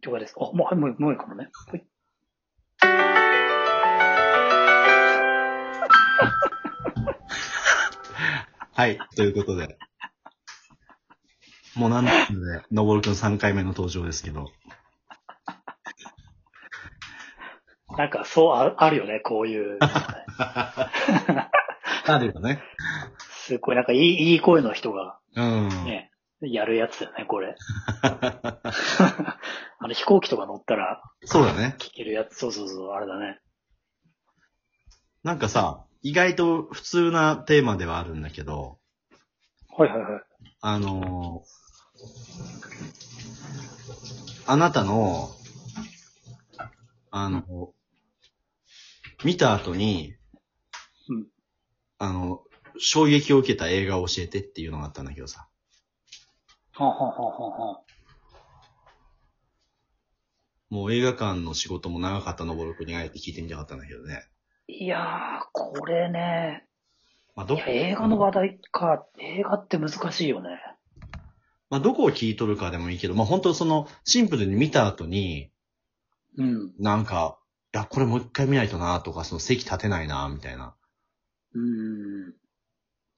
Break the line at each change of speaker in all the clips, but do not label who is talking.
了解です。あ、もう、はいもう、もういいかもね。はい。
はい、ということで。もうなんで、のぼるくん3回目の登場ですけど。
なんか、そうああるよね、こういう。
あるよね。
すごい、なんかいい、いい声の人が
うん。
ね、やるやつだよね、こ れ。あの、飛行機とか乗ったら
そうだね。
聞けるやつ、そうそうそう、あれだね。
なんかさ、意外と普通なテーマではあるんだけど、
はいはいはい。
あのーあなたの、あの、見た後に、
うん
あの、衝撃を受けた映画を教えてっていうのがあったんだけどさ。
はんはんはんはんはん。
もう映画館の仕事も長かったのぼるくんにあえて聞いてみたかったんだけどね。
いやー、これね、
まあ、
い
ど、
や映画の話題か、映画って難しいよね。
まあ、どこを聞いとるかでもいいけど、まあ、本当その、シンプルに見た後に、
うん。
なんか、いや、これもう一回見ないとなとか、その席立てないなみたいな。
うん。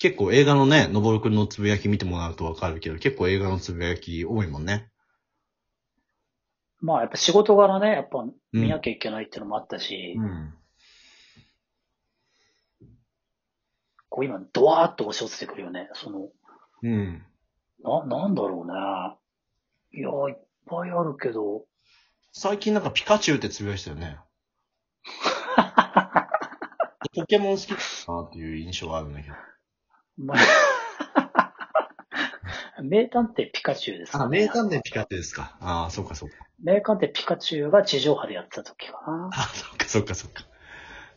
結構映画のね、のぼるくんのつぶやき見てもらうとわかるけど、結構映画のつぶやき多いもんね。
まあ、やっぱ仕事柄ね、やっぱ見な
き
きゃいけないってのもあったし、
うん。
こう今、ドワーッと押し寄せてくるよね。その、
うん。
な、なんだろうね。いやー、いっぱいあるけど、
最近なんかピカチュウってつぶやいてたよね。ポケモン好きだなっていう印象があるんだけど。
ま名探偵ピカチュウですか、
あ、
ね。
名探偵ピカチュウですか。ああ、そうかそうか。
名探偵ピカチュウが地上波でやってた時かな。
あそっかそっかそっか。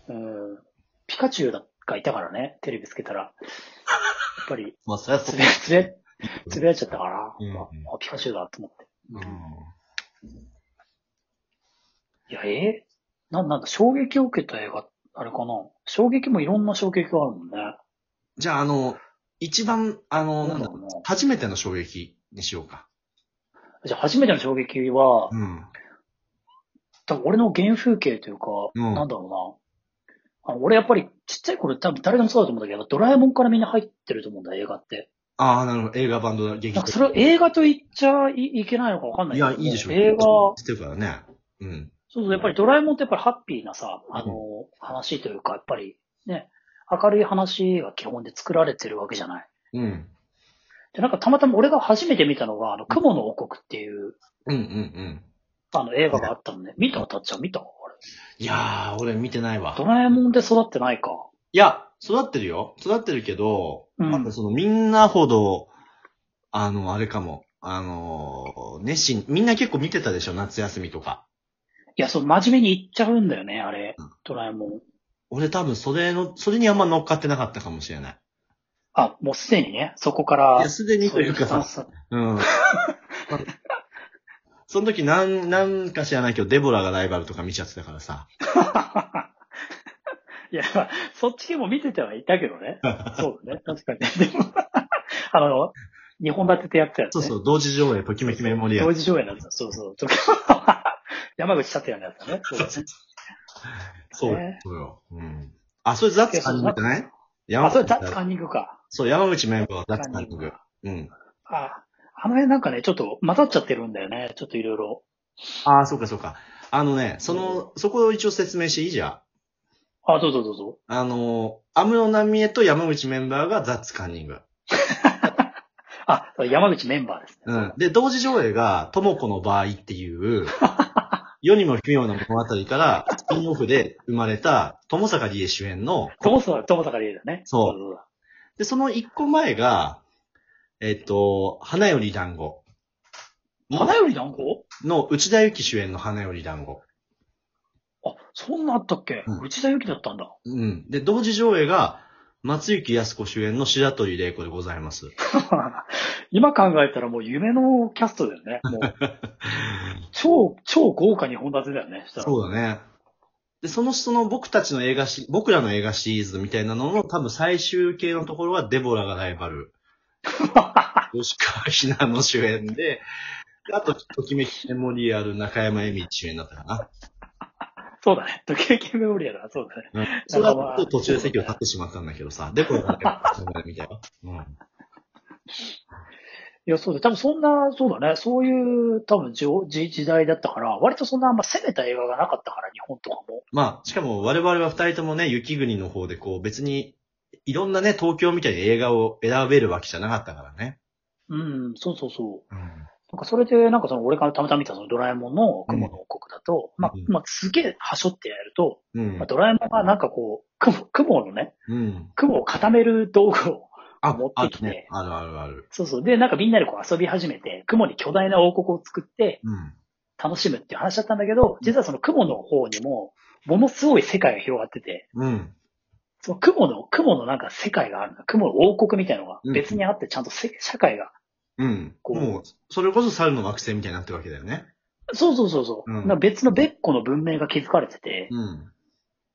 うん。ピカチュウがいたからね、テレビつけたら。やっぱり、
まあ、そりゃ
つ
そう
ぶ や、つぶや、つぶやいちゃったから、
うん
ああ、ピカチュウだと思って。
うん。
いや、えーなんなんだ、衝撃を受けた映画、あれかな衝撃もいろんな衝撃があるもんね。
じゃあ、あの、一番、あの、なんだろ
なんだ
う
ろうな、
初めての衝撃にしようか。
じゃあ、初めての衝撃は、
うん。
多分俺の原風景というか、
うん
なんだろうな。あの俺やっぱりちっちゃい頃多分誰でもそうだと思うんだけど、ドラえもんからみんな入ってると思うんだ、映画って。
ああ、なるほど。映画版の劇
なんかそれを映画と言っちゃいいけないのかわかんないけ
い
ど
や、いいでしょ。
映画、そ
してるからね。うん。
うそう、やっぱりドラえもんってやっぱりハッピーなさ、あの、話というか、やっぱりね、明るい話が基本で作られてるわけじゃない。
うん。
で、なんかたまたま俺が初めて見たのが、あの、雲の王国っていう、
うんうんうん。
あの、映画があったのね。見たたっちゃん見たあれ
いやー、俺見てないわ。
ドラえもんで育ってないか。
いや、育ってるよ。育ってるけど、
うん
なんかそのみんなほど、あの、あれかも。あのー、熱心、みんな結構見てたでしょ、夏休みとか。
いや、そう、真面目に言っちゃうんだよね、あれ
うん。
ドラえもん。
俺多分それの、それにあんま乗っかってなかったかもしれない。
あ、もうすでにね、そこか
い
ら
や、、すでにというか
スタ
さ
ン、ス
うん。 その時なん、なんか知らないけど、デボラがライバルとか見ちゃってたからさ。
いや、そっち系も見ててはいたけど ね。そうだね、確かに。でも、 あの、日本立ててやってたやつ、
そ
ね。
うそう、同時上映、ときめきメモリア
同。
ル
時上映なんだ。そうそう。と か山口達也のやつだね。そうだね。
そうよ
ね。
そうよ。うん。あ、それザッツカンニングじゃない山
あ、それ
口
ザッツカンニングか。
そう、山口メンバーはザッツカンニング。うん。
あ、あの辺なんかね、ちょっと混ざっちゃってるんだよね。ちょっといろいろ。
ああ、そうかそうか。あのね、その、そこを一応説明していいじゃん。
あ、どうぞどうぞ。
あの、安室奈美恵と山口メンバーがザッツカンニング。
あ、山口メンバーですね。
うん。で、同時上映が、ともこの場合っていう、世にも奇妙な物語から、スピンオフで生まれた、友坂理恵主演の、
友坂、友坂理恵だね。
そう
そうだ。
で、その一個前が、えっと、花より団子
花より団子
の内田有紀主演の花より団子。
あ、そんなあったっけ、
うん
内田有紀だったんだ。
うん。で、同時上映が、松雪靖子主演の白鳥玲子でございます。
今考えたらもう夢のキャストだよね。 もう超、超豪華に本立てだよね。したら
そうだね。で、その、その僕たちの映画し、僕らの映画シリーズみたいなのの多分最終形のと ころはデボラがライバル。吉川ひなの主演で、あと、ときめきメモリアル中山恵美主演だったかな。
そうだね。ドキドキメモリアルはそうだね。
うんそれはちょっと途中で席を立ってしまったんだけどさ、でこれなんか、みたいな。 うん。
いや、そうだ。多分そんな、そうだね。そういう、多分時時時代だったから、割とそんなあんま攻めた映画がなかったから、日本とかも。
まあ、しかも我々は二人ともね、雪国の方でこう別に、いろんなね、東京みたいに映画を選べるわけじゃなかったからね。
うん、そうそうそう。
うん。
なんかそれで、なんかその、俺がたまたま見たそのドラえもんの雲の王国だと、まあ
うん、
まあ、すげえ端折ってやると、
うん
まあ、。ドラえもんがなんかこう、雲、雲のね、
うん。
雲を固める道具を、
あ
持、
あ
って
る
きて
ね。あるあるある。
そうそう。で、なんかみんなでこう遊び始めて、雲に巨大な王国を作って
うん。
楽しむっていう話だったんだけど、実はその雲の方にも、ものすごい世界が広がってて、
うん。
その雲の、雲のなんか世界があるんだ。雲の王国みたいなのが別にあって、ちゃんとせ社会が。
うん。
こう
もう、それこそ猿の惑星みたいになってるわけだよね。
そうそうそうそう。
うん
なんか別の別個の文明が築かれてて、
うん。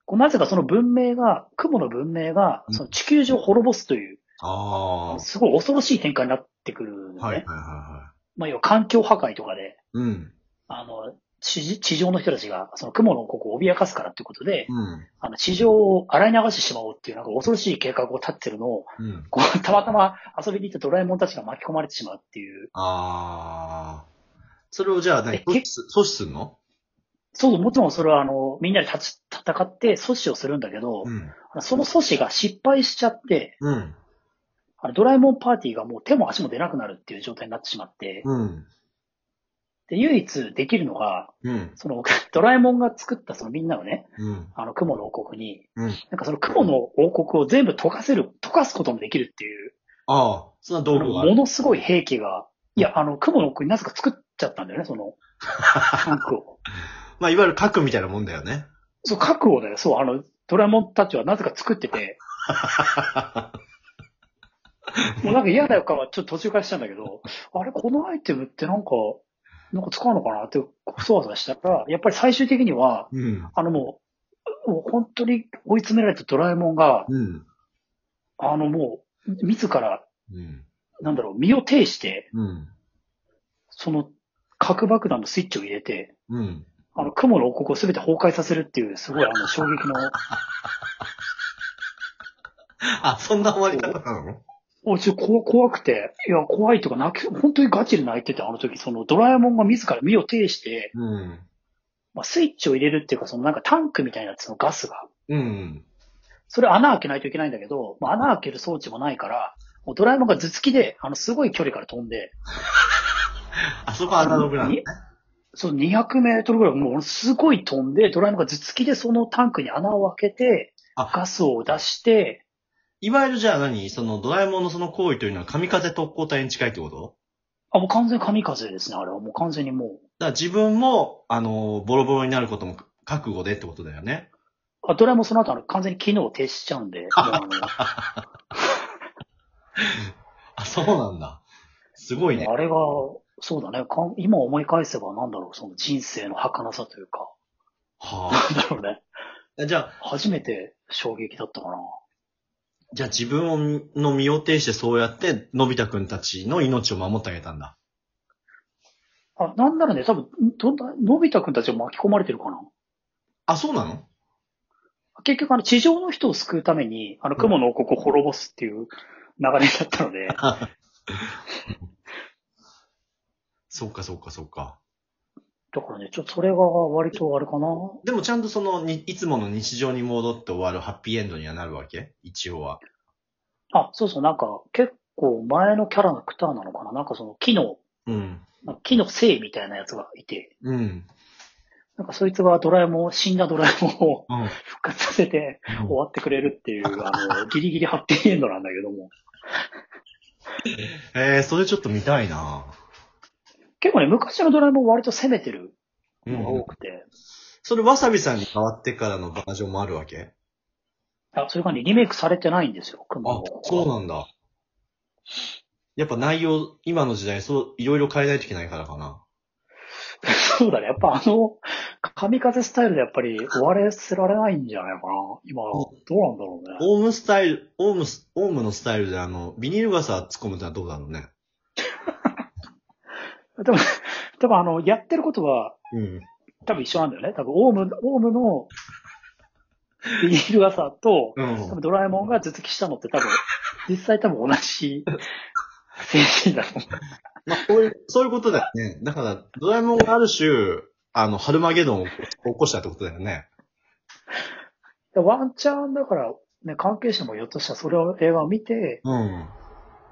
こうなぜかその文明が、雲の文明が、
うん
その地球上を滅ぼすという、
ああ。
すごい恐ろしい展開になってくるのね。
はいはいはいは
まあ要は環境破壊とかで、
い。うん。
あの、地地上の人たちが、その雲の王国を脅かすからっていうことで、
うん。
あの、地上を洗い流してしまおうっていう、なんか恐ろしい計画を立ってるのを、
うん。
こう、 たまたま遊びに行ったドラえもんたちが巻き込まれてしまうっていう。
ああ。それをじゃあ何、
え
阻止す阻止すんの
そう、もちろんそれはあの、みんなで立ち、戦って阻止をするんだけど、
うん。
その阻止が失敗しちゃって、
うん。
あのドラえもんパーティーがもう手も足も出なくなるっていう状態になってしまって、
うん。
で、唯一できるのが、
うん。
その、 ドラえもんが作ったそのみんなのね、
うん。
あの、雲の王国に、
うん
なんかその雲の王国を全部溶かせる、溶かすこともできるっていう、
ああ、そ
あ
んな道
の
具があ
も
る。
のすごい兵器が、いや、あの、雲の王国になぜか作っちゃったんだよね、その、核 を。
まあ、いわゆる核みたいなもんだよね。
そう、核をだよ、そう、あの、ドラえもんたちはなぜか作って て、もうなんか嫌だよかはちょっと途中からしたんだけど、あれ、このアイテムってなんか、なんか使うのかなって、そわそわしたら、やっぱり最終的には、
うん。
あのもう、もう本当に追い詰められたドラえもんが、
うん。
あのもう、自ら、
うん。
なんだろう、身を挺して、
うん。
その核爆弾のスイッチを入れて、
うん。
あの、雲の王国を全て崩壊させるっていう、すごいあの、衝撃の、
あ、そんな終わり方なの
おちょっとこ怖くて、いや、怖いとか泣き、本当にガチで泣いてて、あの時、そのドラえもんが自ら身を挺して、
うん。
まあ、スイッチを入れるっていうか、そのなんかタンクみたいなやつのガスが、
うん。
それ穴開けないといけないんだけど、まあ、穴開ける装置もないから、もうドラえもんが頭突きで、あの、すごい距離から飛んで、
あそこアナログなのね。
そう、200メートルぐらい、もうすごい飛んで、ドラえもんが頭突きでそのタンクに穴を開けて、
あ
ガスを出して、
いわゆるじゃあ何そのドラえもんのその行為というのは神風特攻隊に近いってこと
あ、もう完全に神風ですね、あれは。もう完全にも
だから自分も、あの、ボロボロになることも覚悟でってことだよね。
う。あドラえもんその後あの完全に機能を停止しちゃうんで、もうあの
あ、そうなんだ。すごいね。
あれが、そうだね。かん今思い返せば、なんだろう、その人生の儚さというか、
は
なんだろうね。
あ。じゃあ、
初めて衝撃だったかな。
じゃあ自分の身を挺してそうやって、のび太くんたちの命を守ってあげたんだ。
あ、なんならね、多分、どんな、のび太くんたちが巻き込まれてるかな。
あ、そうなの
結局、あの、地上の人を救うために、あの、雲の王国を滅ぼすっていう流れだったので、
そうか、そうか、そうか。
だからね、ちょっとそれが割とあれかな。
でもちゃんとそのに、いつもの日常に戻って終わるハッピーエンドにはなるわけ一応は。
あ、そうそう、なんか、結構前のキャラのクターなのかな。なんかその、木の、
うん。
なんか木の精みたいなやつがいて、
うん。
なんかそいつがドラえもんを、死んだドラえもんを
うん。
復活させて、終わってくれるっていう、あの、ギリギリハッピーエンドなんだけども。
えー、それちょっと見たいな
結構ね、昔のドラえもん割と攻めてる
う
のが
ん
多。くて、
それわさびさんに変わってからのバージョンもあるわけ
あそれがね、リメイクされてないんですよ、雲
あ
の、
そうなんだ。やっぱ内容、今の時代、そう、いろいろ変えないといけないからかな。
そうだね。やっぱあの、神風スタイルでやっぱり終わらせられないんじゃないかな。今、どうなんだろうね。
オウムスタイル、オウムス、オウムのスタイルであの、ビニール傘突っ込むってのはどうだろうね。
でも、多分あの、やってることは、
うん。
多分一緒なんだよね。多分、オウム、オウムの、ビール傘と、
う
多分
ん。
ドラえもんが頭突きしたのって多分、実際多分同じ精神だと思う。
まあ、そういう、そういうことだよね。だから、ドラえもんがある種、あの、ハルマゲドンを起こしたってことだよね。
だからワンチャンだから、ね、関係者もひょっとしたらそれを映画を見て、
うん。。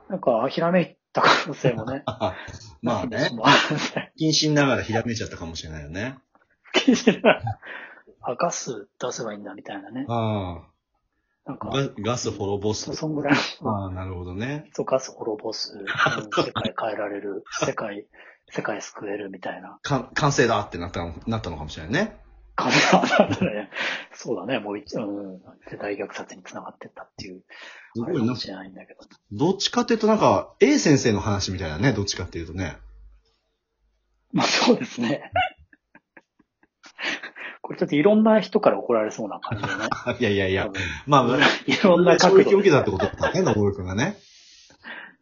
なんかひらめいた可能性もね
まあね。
ね。
謹慎ながらひらめいちゃったかもしれないよね。
気にしないあ、ガス出せばいいんだみたいなね。
あ
なんか
あ。、ガガス滅ぼす
そ。そんぐらいの、
ああ、なるほどね。
そうガス滅ぼ す、うん世界変えられる、世界、世界救えるみたいな
か完成だってなったのなったのかもしれないね。
感じだったんだね。 そうだね、もう一、うん、で大虐殺に繋がってったっていう、
す
あ
ご
れ
い
か
な
も。しれないんだけど。
どっちかっていうとなんか、A 先生の話みたいだね。どっちかっていうとね。
まあそうですね。 これちょっといろんな人から怒られそうな感じだね。
あいやいやい
多
や。
分
まあ、まあ
いろんな
衝
角
撃
度
を受け
で。
たってことだったね、 信君がね。だか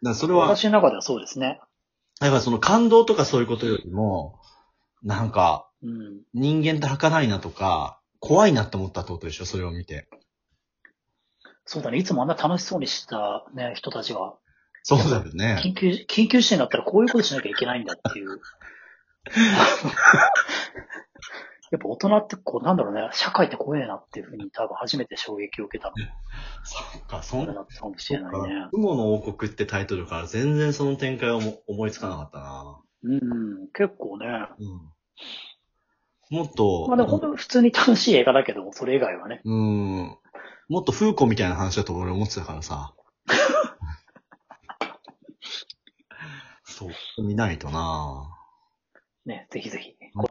らそれは、
私の中ではそうですね。
やっぱその感動とかそういうことよりも、なんか、
うん。
人間って儚いなとか、怖いなって思ったってことでしょ、それを見て。
そうだね。いつもあんな楽しそうにしてたね、人たちが、
そうだよね。
緊急、緊急事態になったらこういうことしなきゃいけないんだっていう。やっぱ大人ってこう、なんだろうね、社会って怖えなっていうふうに多分初めて衝撃を受けたの
そっか、そん
だ
な。
なったかもしれないね。
雲の王国ってタイトルから全然その展開をも思いつかなかったな。
うん、結構ね。
うん。もっと、
まあでも本当に普通に楽しい映画だけども、それ以外はね。
うん。もっと風子みたいな話だと俺思ってたからさ。そう、見ないとな
ね、ぜひぜひ。
うん